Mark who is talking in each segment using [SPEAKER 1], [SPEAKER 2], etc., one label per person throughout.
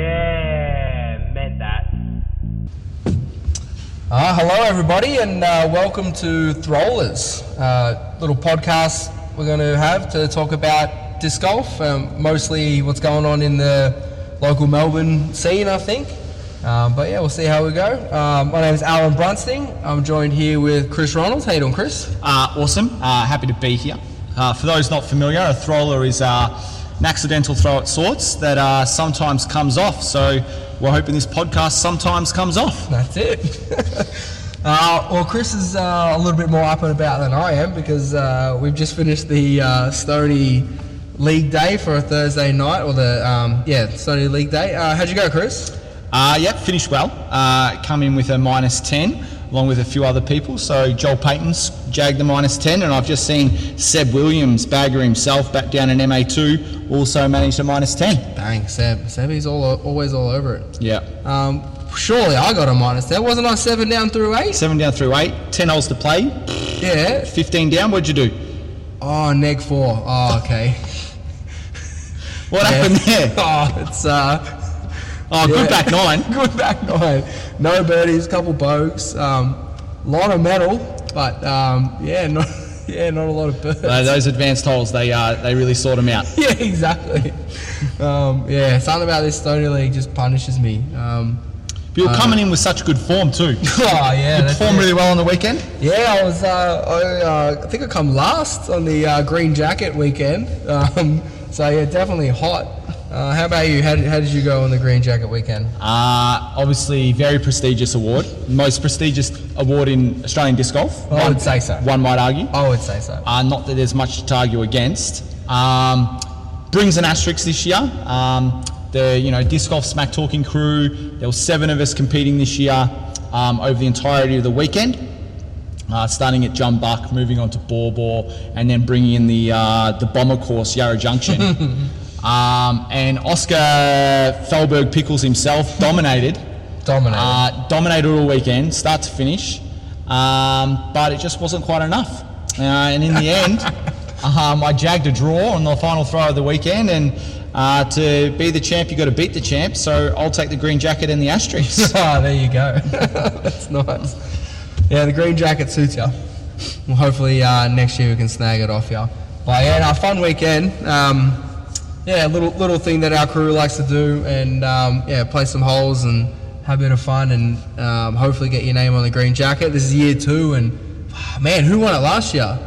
[SPEAKER 1] yeah, meant that.
[SPEAKER 2] Ah, hello everybody, and uh, welcome to Throwlers, uh, little podcast we're going to have to talk about disc golf, um, mostly what's going on in the local Melbourne scene, I think. Um, but yeah, we'll see how we go. Um, my name is Alan Brunsting. I'm joined here with Chris Ronalds. How you doing, Chris?
[SPEAKER 3] Uh, awesome. Uh, happy to be here. Uh, for those not familiar, a throwler is uh, an accidental throw at sorts that uh, sometimes comes off. So we're hoping this podcast sometimes comes off.
[SPEAKER 2] That's it. uh, well, Chris is uh, a little bit more up and about than I am because uh, we've just finished the uh, Stony League Day for a Thursday night, or the um, yeah Stony League Day. Uh, how'd you go, Chris?
[SPEAKER 3] Uh, yep, finished well. Uh, come in with a minus 10 along with a few other people. So Joel Payton's jagged the minus 10 and I've just seen Seb Williams, bagger himself, back down in MA2, also managed a minus 10.
[SPEAKER 2] Dang, Seb. Seb, he's all always all over it.
[SPEAKER 3] Yeah.
[SPEAKER 2] Um, surely I got a minus. That wasn't I seven down through eight.
[SPEAKER 3] Seven down through eight, 10 holes to play,
[SPEAKER 2] Yeah.
[SPEAKER 3] 15 down. What'd you do?
[SPEAKER 2] Oh, neg four. Oh, okay.
[SPEAKER 3] What
[SPEAKER 2] Yeah.
[SPEAKER 3] happened there?
[SPEAKER 2] Oh, it's uh.
[SPEAKER 3] Oh,
[SPEAKER 2] Yeah.
[SPEAKER 3] good back nine.
[SPEAKER 2] Good back nine. No birdies, couple bogeys, um, lot of metal, but um, yeah, not yeah, not a lot of birds.
[SPEAKER 3] Uh, those advanced holes, they uh, they really sort them out.
[SPEAKER 2] yeah, exactly. Um, yeah, something about this Stony League just punishes me. Um,
[SPEAKER 3] But you're coming in with such good form too. You
[SPEAKER 2] oh yeah, that's
[SPEAKER 3] performed
[SPEAKER 2] it.
[SPEAKER 3] Uh. really well on the weekend.
[SPEAKER 2] yeah. I was uh, I, uh, I think I come last on the uh, Green Jacket weekend. Um, so yeah, definitely hot. Uh, how about you? How did, how did you go on the Green Jacket weekend?
[SPEAKER 3] Uh, obviously, very prestigious award, most prestigious award in Australian disc golf.
[SPEAKER 2] I
[SPEAKER 3] One-
[SPEAKER 2] would say so.
[SPEAKER 3] One might argue.
[SPEAKER 2] I would say so.
[SPEAKER 3] Uh, not that there's much to argue against. Um, brings an asterisk this year. Um, the you know disc golf smack talking crew. There were seven of us competing this year um, over the entirety of the weekend. Uh, starting at Jumbuck, moving on to Borbor, and then bringing in the uh, the bomber course Yarra Junction. um, and Oscar Felberg Pickles himself dominated.
[SPEAKER 2] Dominated.
[SPEAKER 3] Uh, dominated all weekend, start to finish, um, but it just wasn't quite enough. Uh, and in the end, um, I jagged a draw on the final throw of the weekend. And uh, to be the champ, you got to beat the champ. So I'll take the green jacket and the asterisk.
[SPEAKER 2] Ah, there you go. That's nice. Yeah, the green jacket suits you. Well, hopefully uh, next year we can snag it off you. But yeah, no, fun weekend. Um, yeah, little little thing that our crew likes to do, and um, yeah, play some holes and have a bit of fun, and um, hopefully get your name on the green jacket. This is year two, and ah, man, who won it last year?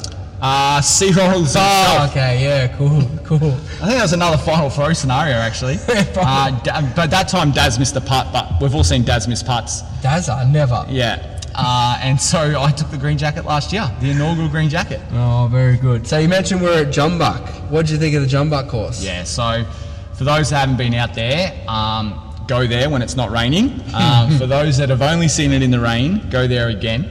[SPEAKER 3] Uh, C rolls.
[SPEAKER 2] Oh, okay, yeah, cool, cool.
[SPEAKER 3] I think that was another final throw scenario, actually.
[SPEAKER 2] Probably.
[SPEAKER 3] uh, Da- but that time, Daz missed the putt. But we've all seen Daz miss putts.
[SPEAKER 2] Dazza, never.
[SPEAKER 3] Yeah. Uh, and so I took the green jacket last year, the inaugural green jacket.
[SPEAKER 2] Oh, very good. So you mentioned we're at Jumbuck. What did you think of the Jumbuck course?
[SPEAKER 3] Yeah, so for those that haven't been out there, um, go there when it's not raining. Um, for those that have only seen it in the rain, go there again.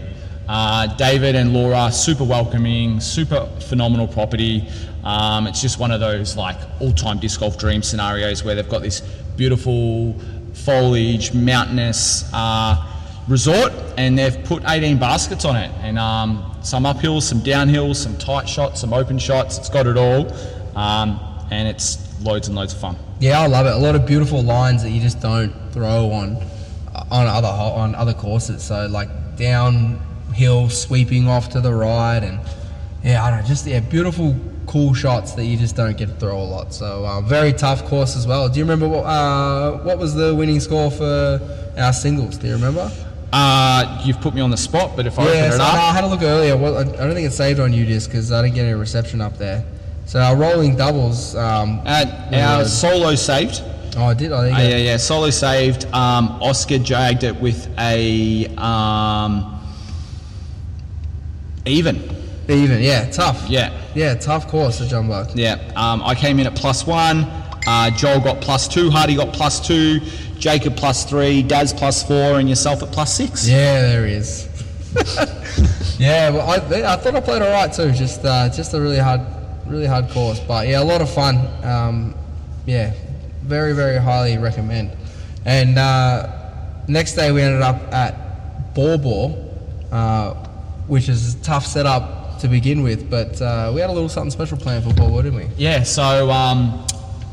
[SPEAKER 3] Uh, David and Laura, super welcoming, super phenomenal property. Um, it's just one of those like all-time disc golf dream scenarios where they've got this beautiful foliage, mountainous uh, resort, and they've put 18 baskets on it, and um, some uphills, some downhills, some tight shots, some open shots. It's got it all, um, and it's loads and loads of fun.
[SPEAKER 2] Yeah, I love it. A lot of beautiful lines that you just don't throw on on other ho- on other courses. So like downhill sweeping off to the right, and yeah, I don't know, just yeah, beautiful cool shots that you just don't get to throw a lot. So uh, very tough course as well. Do you remember what uh, what was the winning score for our singles? Do you remember?
[SPEAKER 3] Uh, you've put me on the spot, but if I
[SPEAKER 2] Yeah,
[SPEAKER 3] open
[SPEAKER 2] so
[SPEAKER 3] it
[SPEAKER 2] no,
[SPEAKER 3] up,
[SPEAKER 2] I had a look earlier. Well, I I don't think it's saved on UDisc because I didn't get any reception up there. So our rolling doubles. Um,
[SPEAKER 3] uh,
[SPEAKER 2] Yeah.
[SPEAKER 3] our solo saved.
[SPEAKER 2] oh, I did. I think.
[SPEAKER 3] Uh, yeah, yeah, solo saved. Um, Oscar jagged it with a um, even.
[SPEAKER 2] Even. Yeah, tough.
[SPEAKER 3] Yeah.
[SPEAKER 2] Yeah, tough course to jump back.
[SPEAKER 3] Yeah, um, I came in at plus one. Uh, Joel got plus two. Hardy got plus two. Jacob plus three. Daz plus four, and yourself at plus six.
[SPEAKER 2] Yeah, there he is. yeah, well, I, I thought I played all right too. Just uh, just a really hard, really hard course, but yeah, a lot of fun. Um, yeah, very very highly recommend. And uh, next day we ended up at Borbor, uh, which is a tough setup to begin with, but uh, we had a little something special planned for Borbor, didn't we?
[SPEAKER 3] Yeah, so um,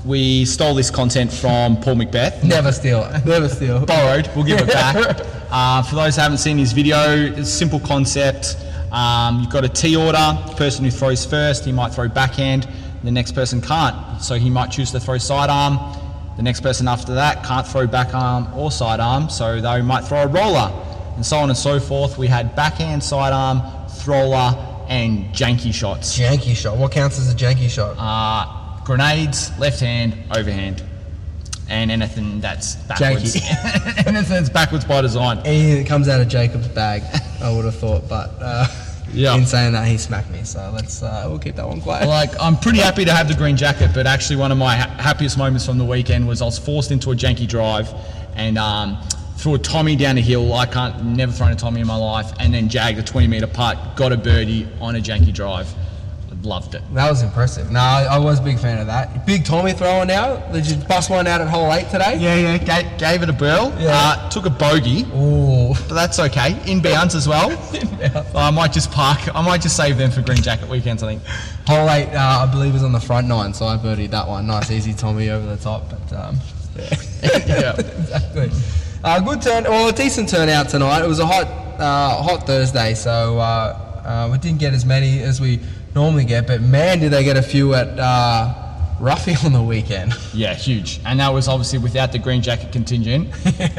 [SPEAKER 3] we stole this content from Paul Macbeth.
[SPEAKER 2] Never steal it. Never steal it.
[SPEAKER 3] borrowed. We'll give it back. Uh, for those who haven't seen his video, it's a simple concept. Um, you've got a T order. Person who throws first, he might throw backhand. The next person can't, so he might choose to throw sidearm. The next person after that can't throw backarm or sidearm, so they might throw a roller, and so on and so forth. We had backhand, sidearm, thrower, and janky shots.
[SPEAKER 2] Janky shot. What counts as a janky shot?
[SPEAKER 3] Uh, grenades, left hand, overhand, and anything that's backwards. anything that's backwards by design.
[SPEAKER 2] Anything that comes out of Jacob's bag, I would have thought. But uh,
[SPEAKER 3] Yeah.
[SPEAKER 2] in saying that, he smacked me. So let's uh, we'll keep that one quiet.
[SPEAKER 3] Like, I'm pretty happy to have the green jacket, but actually, one of my ha- happiest moments from the weekend was I was forced into a janky drive and um, threw a Tommy down a hill. I can't never thrown a Tommy in my life, and then jagged a 20 meter putt, got a birdie on a janky drive. Loved it.
[SPEAKER 2] That was impressive. No, I, I was a big fan of that. Big Tommy throwing out. Did you bust one out at hole eight today?
[SPEAKER 3] Yeah, yeah. Gave, gave it a burl.
[SPEAKER 2] Yeah.
[SPEAKER 3] Uh, took a bogey,
[SPEAKER 2] Ooh.
[SPEAKER 3] but that's okay. Inbounds as well. Oh, I might just park. I might just save them for green jacket weekends. I think.
[SPEAKER 2] Hole eight, uh, I believe, is on the front nine, so I birdied that one. Nice, easy Tommy over the top. But um,
[SPEAKER 3] yeah.
[SPEAKER 2] exactly. Uh, good turn, well, a decent turnout tonight. It was a hot, uh, hot Thursday, so uh, uh, we didn't get as many as we normally get. But man, did they get a few at uh, Ruffy on the weekend.
[SPEAKER 3] Yeah, huge. And that was obviously without the green jacket contingent.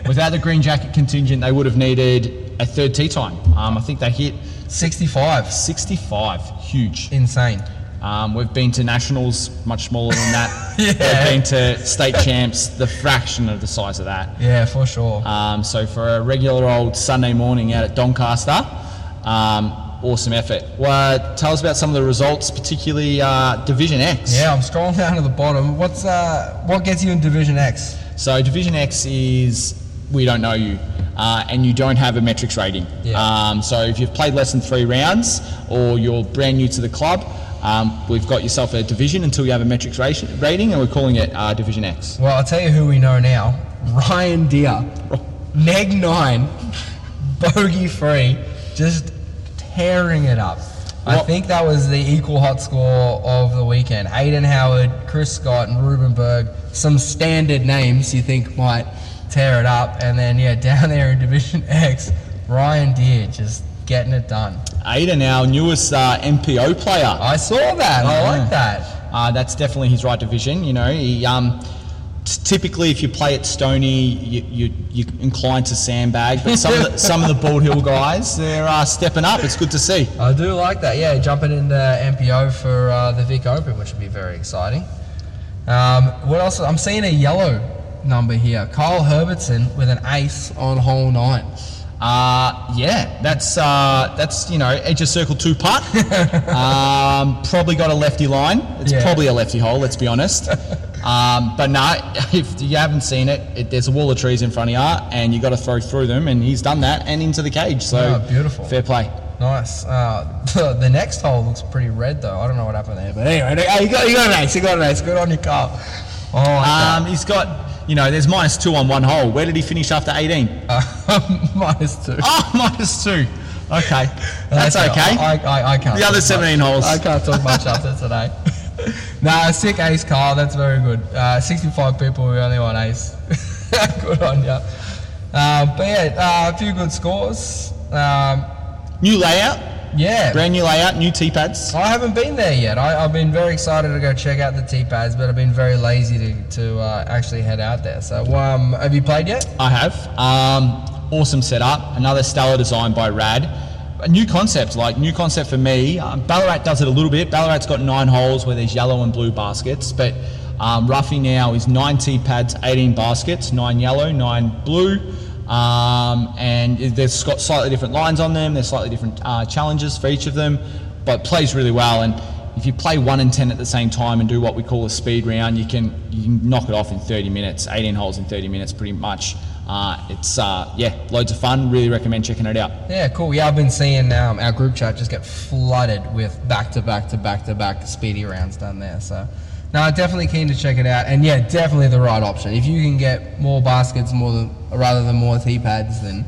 [SPEAKER 3] without the green jacket contingent, they would have needed a third tee time. Um, I think they hit
[SPEAKER 2] 65,
[SPEAKER 3] 65. Huge.
[SPEAKER 2] insane.
[SPEAKER 3] Um, we've been to nationals, much smaller than that.
[SPEAKER 2] Yeah.
[SPEAKER 3] We've been to state champs, the fraction of the size of that.
[SPEAKER 2] Yeah, for sure.
[SPEAKER 3] Um, so for a regular old Sunday morning out at Doncaster, um, awesome effort. Well, tell us about some of the results, particularly uh, Division X.
[SPEAKER 2] yeah, I'm scrolling down to the bottom. What's uh, what gets you in Division X?
[SPEAKER 3] So Division X is we don't know you, uh, and you don't have a metrics rating.
[SPEAKER 2] Yeah.
[SPEAKER 3] Um, so if you've played less than three rounds, or you're brand new to the club, um, we've got yourself a division until you have a metrics ration- rating, and we're calling it uh, Division X.
[SPEAKER 2] Well, I'll tell you who we know now: Ryan Deer, neg nine, bogey free, just tearing it up. I
[SPEAKER 3] What-
[SPEAKER 2] think that was the equal hot score of the weekend. Aiden Howard, Chris Scott, and Ruben Berg, some standard names you think might tear it up. And then, yeah, down there in Division X, Ryan Deer just getting it done.
[SPEAKER 3] Aiden, our newest uh, MPO player.
[SPEAKER 2] I saw that. I like that.
[SPEAKER 3] Uh, that's definitely his right division. You know, he, um, t- typically if you play at Stony, you, you, you're inclined to sandbag, but some of the, some of the Bald Hill guys, they're uh, stepping up. It's good to see.
[SPEAKER 2] I do like that. Yeah, jumping into MPO for uh, the Vic Open, which would be very exciting. Um, what else? I'm seeing a yellow number here. Kyle Herbertson with an ace on hole nine.
[SPEAKER 3] Uh, yeah, that's uh, that's you know edge of circle two putt. um, probably got a lefty line. It's
[SPEAKER 2] Yeah.
[SPEAKER 3] probably a lefty hole. Let's be honest. um, but no, if you haven't seen it, it, there's a wall of trees in front of you, and you got to throw through them. And he's done that and into the cage. So
[SPEAKER 2] Oh, beautiful.
[SPEAKER 3] Fair play.
[SPEAKER 2] Nice. Uh, the, the next hole looks pretty red though. I don't know what happened there, but anyway, oh, you got you got an ace. You got an ace. Good on your Kyle. Oh, I like
[SPEAKER 3] Um, he's got you know there's minus two on one hole. Where did he finish after 18?
[SPEAKER 2] that. minus two.
[SPEAKER 3] Oh, minus two. Okay, that's
[SPEAKER 2] Okay,
[SPEAKER 3] okay.
[SPEAKER 2] I, I, I can't.
[SPEAKER 3] The
[SPEAKER 2] talk
[SPEAKER 3] other
[SPEAKER 2] much.
[SPEAKER 3] 17 holes.
[SPEAKER 2] I can't talk much after today. Nah, sick ace, Carl. That's very good. Uh, 65 people, we only won ace. good on ya. Uh, but yeah, uh, a few good scores. Um,
[SPEAKER 3] New layout,
[SPEAKER 2] yeah.
[SPEAKER 3] brand new layout, new tee pads.
[SPEAKER 2] I haven't been there yet. I, I've been very excited to go check out the T pads, but I've been very lazy to, to uh, actually head out there. So, um, have you played yet?
[SPEAKER 3] I have. Um, awesome setup. Another stellar design by Rad. A new concept, like new concept for me. Um, Ballarat does it a little bit. Ballarat's got nine holes where there's yellow and blue baskets, but um, Ruffy now is nine tee pads, 18 baskets, nine yellow, nine blue, um, and they've got slightly different lines on them. There's slightly different uh, challenges for each of them, but plays really well. And if you play one and ten at the same time and do what we call a speed round, you can you can knock it off in 30 minutes, 18 holes in 30 minutes, pretty much. Uh, it's uh, yeah, loads of fun. Really recommend checking it out.
[SPEAKER 2] Yeah, cool. Yeah, I've been seeing um, our group chat just get flooded with back to back to back to back speedy rounds done there. So, no, definitely keen to check it out. And yeah, definitely the right option. If you can get more baskets, more than, rather than more tee pads, then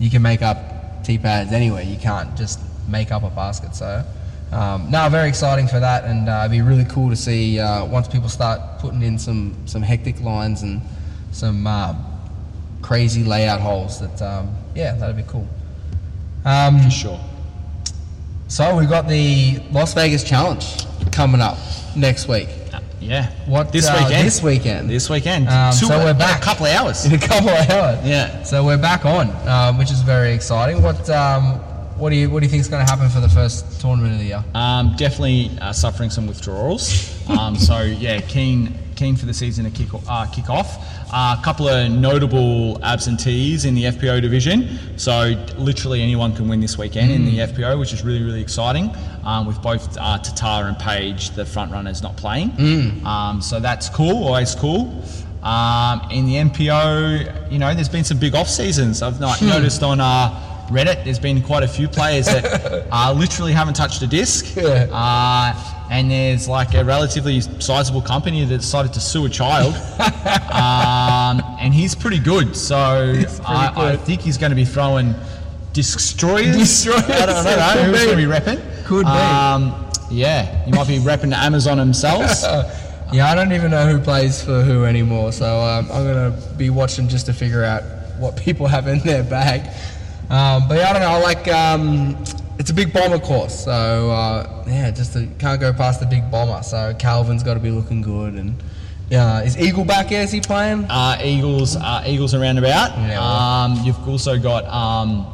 [SPEAKER 2] you can make up tee pads anyway. You can't just make up a basket. So, um, no, very exciting for that, and uh, it'd be really cool to see uh, once people start putting in some some hectic lines and some uh, crazy layout holes. That um, yeah, that'd be cool. Um,
[SPEAKER 3] For sure.
[SPEAKER 2] so we got the Las Vegas Challenge coming up next week.
[SPEAKER 3] Uh, Yeah.
[SPEAKER 2] What,
[SPEAKER 3] this
[SPEAKER 2] uh,
[SPEAKER 3] weekend?
[SPEAKER 2] this weekend?
[SPEAKER 3] This weekend.
[SPEAKER 2] Um,
[SPEAKER 3] Two-
[SPEAKER 2] so we're
[SPEAKER 3] in
[SPEAKER 2] back.
[SPEAKER 3] a couple of hours.
[SPEAKER 2] In a couple of hours.
[SPEAKER 3] Yeah.
[SPEAKER 2] So we're back on, um, which is very exciting. What um, what do you what do you think is going to happen for the first tournament of the year?
[SPEAKER 3] Um, definitely uh, suffering some withdrawals. Um, so yeah, keen keen for the season to kick uh, kick off. A couple of notable absentees in the FPO division. So literally anyone can win this weekend in the FPO, which is really really exciting. Um, with both uh, Tatar and Page, the front runners not playing. Um, so that's cool. Always cool. Um, in the MPO, you know, there's been some big off seasons. I've not noticed on. Uh, Reddit, there's been quite a few players that uh, literally haven't touched a disc.
[SPEAKER 2] Yeah.
[SPEAKER 3] Uh, and there's like a relatively sizable company that decided to sue a child. um, and he's pretty good. So I, I
[SPEAKER 2] good.
[SPEAKER 3] think he's going to be throwing destroyers.
[SPEAKER 2] Destroyers,
[SPEAKER 3] I don't
[SPEAKER 2] yeah,
[SPEAKER 3] know
[SPEAKER 2] could
[SPEAKER 3] who's
[SPEAKER 2] be.
[SPEAKER 3] going to be repping.
[SPEAKER 2] Could be.
[SPEAKER 3] Um, yeah, he might be repping Amazon themselves.
[SPEAKER 2] Yeah, I don't even know who plays for who anymore, so um, I'm gonna be watching just to figure out what people have in their bag. Um, but yeah, I don't know. I Like, um, it's a big bomber course, so uh, yeah, just uh can't go past the big bomber. So Calvin's got to be looking good, and yeah, is Eagle back here? Is he playing?
[SPEAKER 3] uh, Eagles, uh, Eagles and roundabout.
[SPEAKER 2] Yeah.
[SPEAKER 3] Um, you've also got um,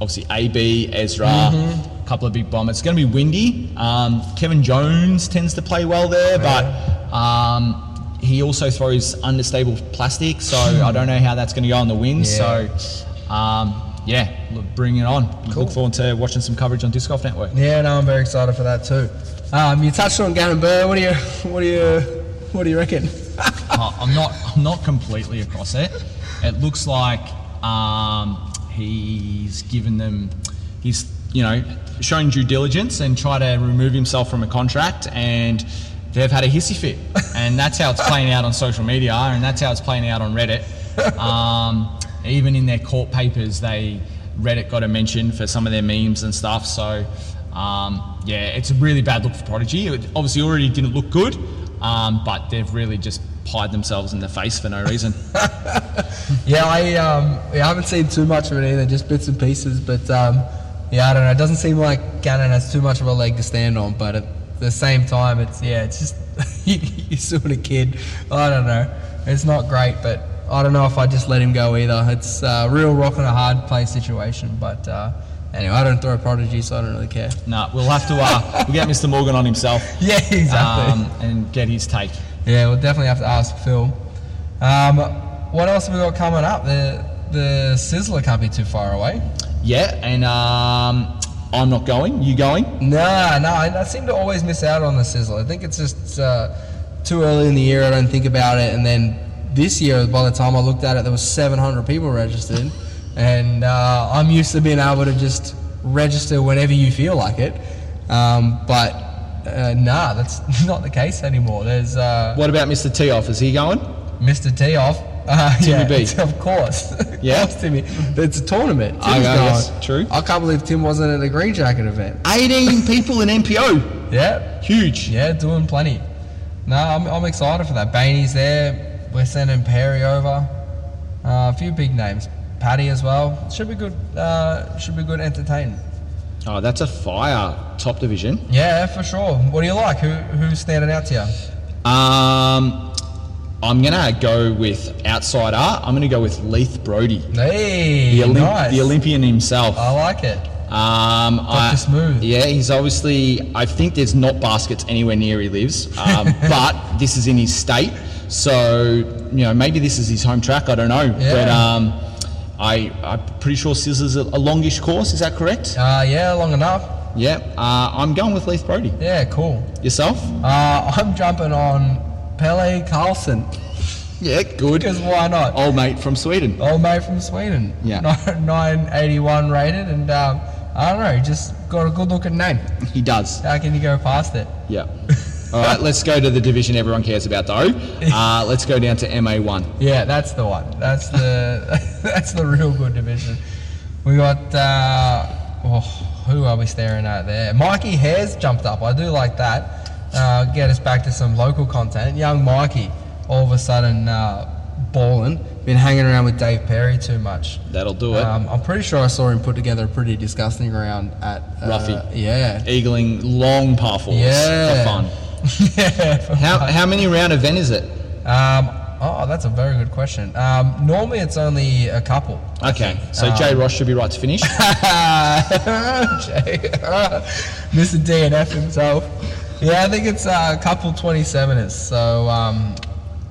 [SPEAKER 3] obviously AB, Ezra,
[SPEAKER 2] Mm-hmm.
[SPEAKER 3] a couple of big bombers. It's going to be windy. Um, Kevin Jones tends to play well there, but um, he also throws unstable plastic, so I don't know how that's going to go on the wind.
[SPEAKER 2] Yeah.
[SPEAKER 3] So um, yeah, look, bring it on.
[SPEAKER 2] Cool.
[SPEAKER 3] Look forward to watching some coverage on Disc Golf Network.
[SPEAKER 2] Yeah, no, I'm very excited for that too. Um, you touched on Gannon Burr. What do you, what do you, what do you reckon?
[SPEAKER 3] Uh, I'm not. I'm not completely across it. It looks like um, he's given them. He's you know shown due diligence and try to remove himself from a contract, and they've had a hissy fit, and that's how it's playing out on social media, and that's how it's playing out on Reddit. Um, even in their court papers, they Reddit got a mention for some of their memes and stuff. So. Um, yeah, it's a really bad look for Prodigy. It obviously already didn't look good, um, but they've really just pied themselves in the face for no reason.
[SPEAKER 2] Yeah, I um, yeah, I haven't seen too much of it either, just bits and pieces. But um, yeah, I don't know. It doesn't seem like Gannon has too much of a leg to stand on. But at the same time, it's yeah, it's just you, you sort of kid. I don't know. It's not great, but I don't know if I just let him go either. It's a real rock and a hard play situation. But uh, anyway, I don't throw a prodigy, so I don't really care.
[SPEAKER 3] no, we'll have to uh, we'll get Mr. Morgan on himself
[SPEAKER 2] Yeah, exactly.
[SPEAKER 3] um, and get his take.
[SPEAKER 2] Yeah, we'll definitely have to ask Phil. Um, what else have we got coming up? The the sizzler can't be too far away.
[SPEAKER 3] Yeah, and um, I'm not going. You going?
[SPEAKER 2] Nah, nah, I, I seem to always miss out on the sizzle. I think it's just uh, too early in the year. I don't think about it, and then this year, by the time I looked at it, there was 700 people registered, and uh, I'm used to being able to just register whenever you feel like it. Um, but uh, nah, that's not the case anymore. There's uh,
[SPEAKER 3] What about Mr. T off? Is he going?
[SPEAKER 2] Mr. T off. Uh,
[SPEAKER 3] Timmy
[SPEAKER 2] yeah,
[SPEAKER 3] B.
[SPEAKER 2] Of course. Of
[SPEAKER 3] Yeah?
[SPEAKER 2] course, Timmy. It's a tournament. Tim's
[SPEAKER 3] Okay, yes,
[SPEAKER 2] going.
[SPEAKER 3] true.
[SPEAKER 2] I can't believe Tim wasn't at the Green Jacket event.
[SPEAKER 3] 18 people in NPO.
[SPEAKER 2] Yeah.
[SPEAKER 3] Huge.
[SPEAKER 2] Yeah, doing plenty. No, I'm, I'm excited for that. Bainey's there. We're sending Perry over. Uh, a few big names. Patty as well. Should be good. Uh, should be good entertainment.
[SPEAKER 3] Oh, that's a fire top division.
[SPEAKER 2] Yeah, for sure. What do you like? Who who's standing out to you?
[SPEAKER 3] Um, I'm gonna go with outsider. I'm gonna go with Leith Brody,
[SPEAKER 2] Hey,
[SPEAKER 3] the, Olymp-
[SPEAKER 2] nice.
[SPEAKER 3] the Olympian himself.
[SPEAKER 2] I like it.
[SPEAKER 3] Um, I,
[SPEAKER 2] Dr. Smooth.
[SPEAKER 3] Yeah, he's obviously. I think there's not baskets anywhere near he lives, um, but this is in his state, so you know maybe this is his home track. I don't know,
[SPEAKER 2] Yeah.
[SPEAKER 3] but um, I I'm pretty sure Scissors a, a longish course. Is that correct?
[SPEAKER 2] Uh, yeah, long enough.
[SPEAKER 3] Yeah. Uh, I'm going with Leith Brody.
[SPEAKER 2] Yeah, cool.
[SPEAKER 3] Yourself?
[SPEAKER 2] Uh, I'm jumping on Pele Carlson
[SPEAKER 3] Yeah, good.
[SPEAKER 2] because why not?
[SPEAKER 3] Old mate from Sweden.
[SPEAKER 2] Old mate from Sweden.
[SPEAKER 3] Oh. Yeah.
[SPEAKER 2] Nine eighty one rated, and um, I don't know, just got a good looking name.
[SPEAKER 3] He does.
[SPEAKER 2] How can you go past it?
[SPEAKER 3] Yeah. All right, let's go to the division everyone cares about though. Uh, let's go down to MA1.
[SPEAKER 2] Yeah, that's the one. That's the that's the real good division. We got uh, oh, who are we staring at there? Mikey Hare's jumped up. I do like that. Uh, get us back to some local content. Young Mikey, all of a sudden, uh, balling. Been hanging around with Dave Perry too much.
[SPEAKER 3] That'll do it.
[SPEAKER 2] Um, I'm pretty sure I saw him put together a pretty disgusting round at uh,
[SPEAKER 3] Ruffy.
[SPEAKER 2] Yeah.
[SPEAKER 3] Eagling long par fours
[SPEAKER 2] Yeah.
[SPEAKER 3] for fun.
[SPEAKER 2] yeah. for
[SPEAKER 1] How,
[SPEAKER 2] fun.
[SPEAKER 1] how many round event is it?
[SPEAKER 2] Um, oh, that's a very good question. Um, normally it's only a couple.
[SPEAKER 3] Okay, so Jay Ross should be right to finish.
[SPEAKER 2] Jay, Mr. DNF himself. Yeah, I think it's uh, a couple 27ers. So, um,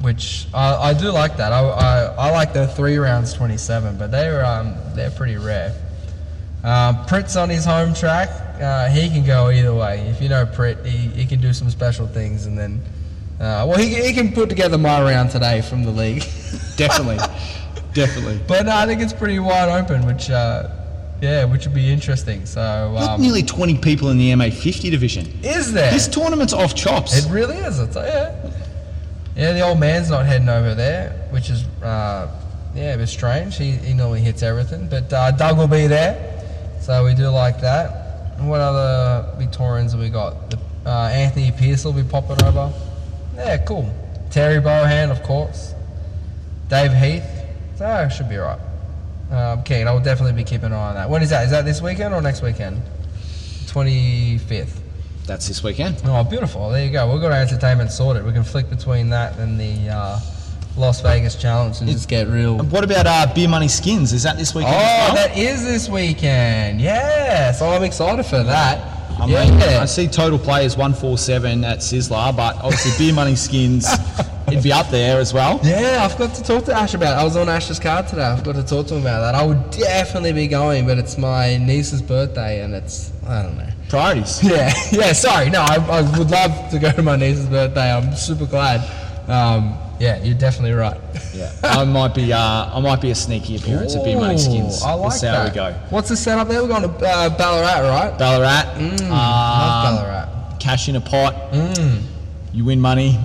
[SPEAKER 2] which I, I do like that. I, I, I like the three rounds 27, but they're um, they're pretty rare. Um, Pritt's on his home track. Uh, he can go either way. If you know Pritt, he, he can do some special things, and then uh, well, he, he can put together my round today from the league.
[SPEAKER 3] Definitely. Definitely.
[SPEAKER 2] But no, I think it's pretty wide open, which, uh, yeah, which would be interesting. So,
[SPEAKER 3] Got
[SPEAKER 2] um,
[SPEAKER 3] nearly 20 people in the MA50 division.
[SPEAKER 2] is there?
[SPEAKER 3] This tournament's off chops.
[SPEAKER 2] It really is. It's like, yeah, yeah. The old man's not heading over there, which is, uh, yeah, a bit strange. He, he normally hits everything, but uh, Doug will be there, so we do like that. And what other Victorians have we got? The, uh, Anthony Pierce will be popping over. Yeah, cool. Terry Bohan, of course. Dave Heath. So it should be alright. Um, Keegan, I'll definitely be keeping an eye on that. When is that? Is that this weekend or next weekend? 25th.
[SPEAKER 3] That's this weekend.
[SPEAKER 2] Oh, beautiful. There you go. We've got our entertainment sorted. We can flick between that and the uh, Las Vegas challenge and just get real.
[SPEAKER 3] And what about uh, Beer Money Skins? Is that this
[SPEAKER 2] Oh,
[SPEAKER 3] weekend? as well?
[SPEAKER 2] that is this weekend. Yes. Oh, I'm excited for that.
[SPEAKER 3] I
[SPEAKER 2] yeah.
[SPEAKER 3] mean, I see total players 147 at Sizzler, but obviously Beer Money Skins, it'd be up there as well.
[SPEAKER 2] yeah, I forgot to talk to Ash about it. I was on Ash's card today. I forgot to talk to him about that. I would definitely be going, but it's my niece's birthday and it's, I don't know.
[SPEAKER 3] Priorities.
[SPEAKER 2] Yeah, yeah. Sorry, no. I, I would love to go to my niece's birthday. I'm super glad. Um, yeah, you're definitely right.
[SPEAKER 3] Yeah. I might be uh, I might be a sneaky appearance at Beer Money Skins.
[SPEAKER 2] Ooh, Oh, I like
[SPEAKER 3] That's
[SPEAKER 2] that.
[SPEAKER 3] how we go.
[SPEAKER 2] What's the setup there? We're going to uh, Ballarat, right? Mm,
[SPEAKER 3] Ballarat. um,
[SPEAKER 2] Love Ballarat. Mm.
[SPEAKER 3] Cash in a pot. You win money.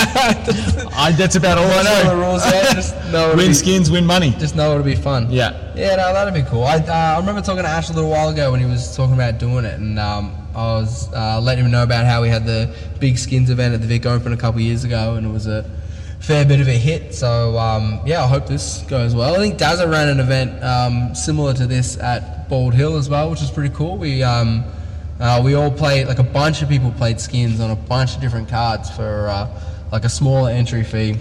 [SPEAKER 3] I, that's about all I
[SPEAKER 2] Know the
[SPEAKER 3] know.
[SPEAKER 2] rules there. Just know it'll
[SPEAKER 3] Win
[SPEAKER 2] be,
[SPEAKER 3] skins, win money.
[SPEAKER 2] just know it'll be fun.
[SPEAKER 3] Yeah.
[SPEAKER 2] Yeah, no, that'd be cool. I, uh, I remember talking to Ash a little while ago when he was talking about doing it, and um, I was uh, letting him know about how we had the big skins event at the Vic Open a couple years ago, and it was a fair bit of a hit. So um, yeah, I hope this goes well. I think Dazza ran an event um, similar to this at Bald Hill as well, which is pretty cool. We um, uh, we all played like a bunch of people played skins on a bunch of different cards for uh, like a smaller entry fee.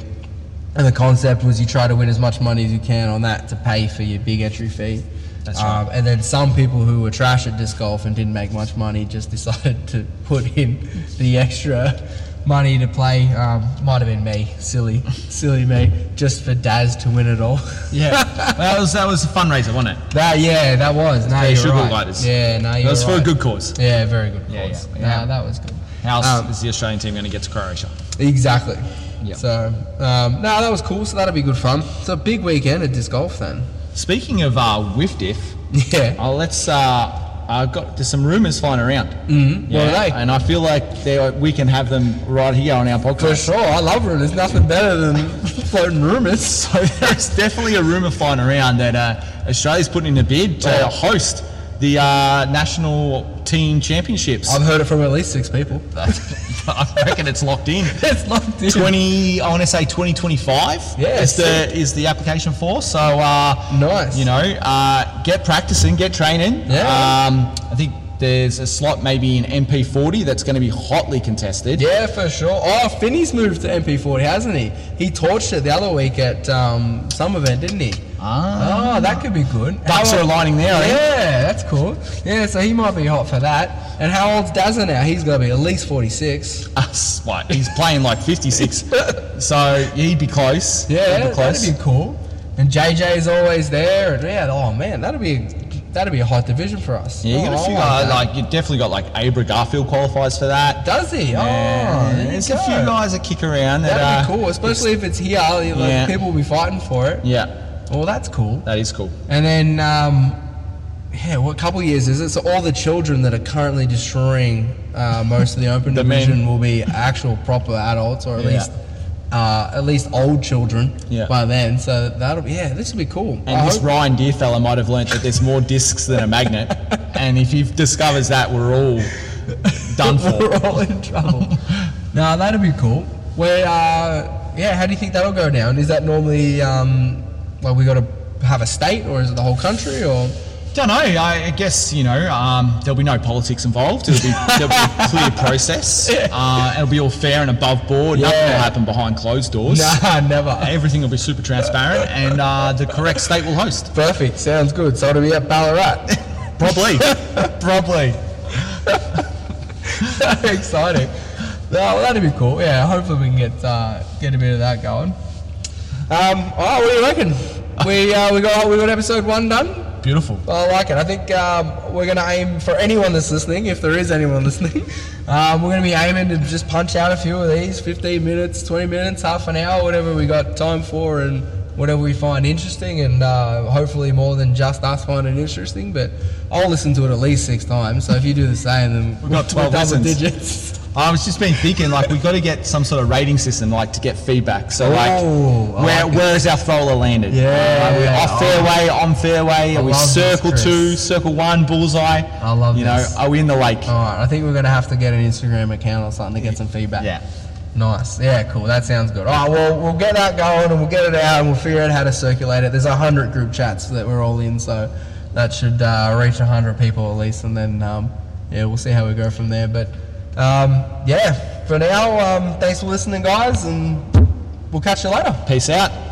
[SPEAKER 2] And the concept was you try to win as much money as you can on that to pay for your big entry fee.
[SPEAKER 3] That's right.
[SPEAKER 2] Um, and then some people who were trash at disc golf and didn't make much money just decided to put in the extra money to play. Um, might have been me, silly, silly me, just for Daz to win it all.
[SPEAKER 3] Yeah. that was that was a fundraiser, wasn't it?
[SPEAKER 2] that yeah, that was. No,
[SPEAKER 3] They
[SPEAKER 2] you're
[SPEAKER 3] sugar
[SPEAKER 2] right.
[SPEAKER 3] lighters.
[SPEAKER 2] Yeah, no, you're
[SPEAKER 3] That was for
[SPEAKER 2] right.
[SPEAKER 3] a good cause.
[SPEAKER 2] Yeah, very good.
[SPEAKER 3] Yeah,
[SPEAKER 2] calls.
[SPEAKER 3] yeah, yeah.
[SPEAKER 2] No, that was good.
[SPEAKER 3] How else
[SPEAKER 2] Um,
[SPEAKER 3] is the Australian team going to get to Croatia?
[SPEAKER 2] Exactly.
[SPEAKER 3] Yeah.
[SPEAKER 2] So um, no, that was cool. So that'll be good fun. It's a big weekend at disc golf then.
[SPEAKER 3] Speaking of uh, whiff diff,
[SPEAKER 2] Yeah.
[SPEAKER 3] uh, let's. Uh, I got there's some rumours flying around.
[SPEAKER 2] Mhm. What are they?
[SPEAKER 3] And I feel like they are, we can have them right here on our
[SPEAKER 2] For
[SPEAKER 3] podcast.
[SPEAKER 2] sure, I love her. There's nothing better than floating rumors.
[SPEAKER 3] So there's definitely a rumour flying around that uh, Australia's putting in a bid to
[SPEAKER 2] Oh.
[SPEAKER 3] host the uh, national teen championships.
[SPEAKER 2] I've heard it from at least six people.
[SPEAKER 3] I reckon it's locked in.
[SPEAKER 2] That's locked in.
[SPEAKER 3] 20, I want to say 2025
[SPEAKER 2] Yeah,
[SPEAKER 3] is the is the application for. So uh,
[SPEAKER 2] Nice.
[SPEAKER 3] you know, uh, get practicing, get training.
[SPEAKER 2] Yeah.
[SPEAKER 3] Um, I think there's a slot maybe in MP40 that's going to be hotly contested.
[SPEAKER 2] Yeah, for sure. Oh, Finney's moved to MP40, hasn't he? He torched it the other week at um, some event, didn't he?
[SPEAKER 3] Ah.
[SPEAKER 2] Oh, that could be good.
[SPEAKER 3] Ducks
[SPEAKER 2] How-
[SPEAKER 3] are aligning there. eh?
[SPEAKER 2] Yeah, that's cool. Yeah, so he might be hot for that. And how old's Dazza now? He's got to be at least 46.
[SPEAKER 3] Us, what? He's playing like 56, so he'd be close.
[SPEAKER 2] Yeah,
[SPEAKER 3] he'd be close.
[SPEAKER 2] that'd be cool. And JJ is always there. And yeah, oh man, that'd be that'd be a hot division for us.
[SPEAKER 3] yeah, you got
[SPEAKER 2] Oh,
[SPEAKER 3] a few.
[SPEAKER 2] I like
[SPEAKER 3] uh,
[SPEAKER 2] that.
[SPEAKER 3] like you definitely got like Abra Garfield qualifies for that.
[SPEAKER 2] Does he?
[SPEAKER 3] Yeah,
[SPEAKER 2] Oh, there you
[SPEAKER 3] there's a
[SPEAKER 2] go.
[SPEAKER 3] few guys that kick around that.
[SPEAKER 2] That'd be
[SPEAKER 3] uh,
[SPEAKER 2] cool, especially if it's here. Like,
[SPEAKER 3] Yeah.
[SPEAKER 2] People will be fighting for it.
[SPEAKER 3] Yeah,
[SPEAKER 2] Well, that's cool.
[SPEAKER 3] that is cool.
[SPEAKER 2] And then, um, yeah, what couple years is it? So all the children that are currently destroying uh, most of the open
[SPEAKER 3] The men.
[SPEAKER 2] division will be actual proper adults, or at
[SPEAKER 3] Yeah.
[SPEAKER 2] least uh, at least old children
[SPEAKER 3] Yeah.
[SPEAKER 2] by then. So that'll be yeah, this will be cool. I
[SPEAKER 3] And this
[SPEAKER 2] hope-
[SPEAKER 3] Ryan Deer fella might have learnt that there's more discs than a magnet. and if he discovers that, we're all done for.
[SPEAKER 2] we're all in trouble. no, that'll be cool. Where uh, yeah, how do you think that'll go down? Is that normally um, like we got to have a state or is it the whole country or?
[SPEAKER 3] Don't know. I, I guess you know um, there'll be no politics involved. It'll be, there'll be a clear process. Uh, it'll be all fair and above board. Nothing
[SPEAKER 2] Yeah.
[SPEAKER 3] will happen behind closed doors.
[SPEAKER 2] Nah, never.
[SPEAKER 3] Everything will be super transparent, and uh, the correct state will host.
[SPEAKER 2] Perfect. Sounds good. So it'll be at Ballarat.
[SPEAKER 3] Probably. Probably.
[SPEAKER 2] Exciting. No, well, that'd be cool. Yeah, hopefully we can get uh, get a bit of that going. Um, oh, what do you reckon? We uh, we got we got episode one done.
[SPEAKER 3] Beautiful.
[SPEAKER 2] I like it. I think um, we're going to aim for anyone that's listening, if there is anyone listening. Um, we're going to be aiming to just punch out a few of these 15 minutes, 20 minutes, half an hour, whatever we got time for, and whatever we find interesting. And uh, hopefully, more than just us finding it interesting. But I'll listen to it at least six times. So if you do the same, then
[SPEAKER 3] We've got
[SPEAKER 2] we're
[SPEAKER 3] 12
[SPEAKER 2] double
[SPEAKER 3] listens.
[SPEAKER 2] digits.
[SPEAKER 3] I was Uh, just been thinking, like, we've got to get some sort of rating system, like, to get feedback. So, like,
[SPEAKER 2] Oh, I
[SPEAKER 3] where,
[SPEAKER 2] like it.
[SPEAKER 3] where is our bowler landed?
[SPEAKER 2] Yeah.
[SPEAKER 3] Are we off fairway, on fairway? Are we
[SPEAKER 2] love this,
[SPEAKER 3] circle
[SPEAKER 2] Chris.
[SPEAKER 3] two, circle one, bullseye?
[SPEAKER 2] I love
[SPEAKER 3] You know,
[SPEAKER 2] this. Oh.
[SPEAKER 3] are we in the lake?
[SPEAKER 2] All right, I think we're going to have to get an Instagram account or something to get some feedback.
[SPEAKER 3] Yeah.
[SPEAKER 2] Nice. Yeah, cool. That sounds good. All right, well, we'll get that going and we'll get it out and we'll figure out how to circulate it. There's a hundred group chats that we're all in, so that should uh, reach a hundred people at least, and then um, yeah, we'll see how we go from there. But um, yeah, for now, um, thanks for listening, guys, and we'll catch you later.
[SPEAKER 3] Peace out.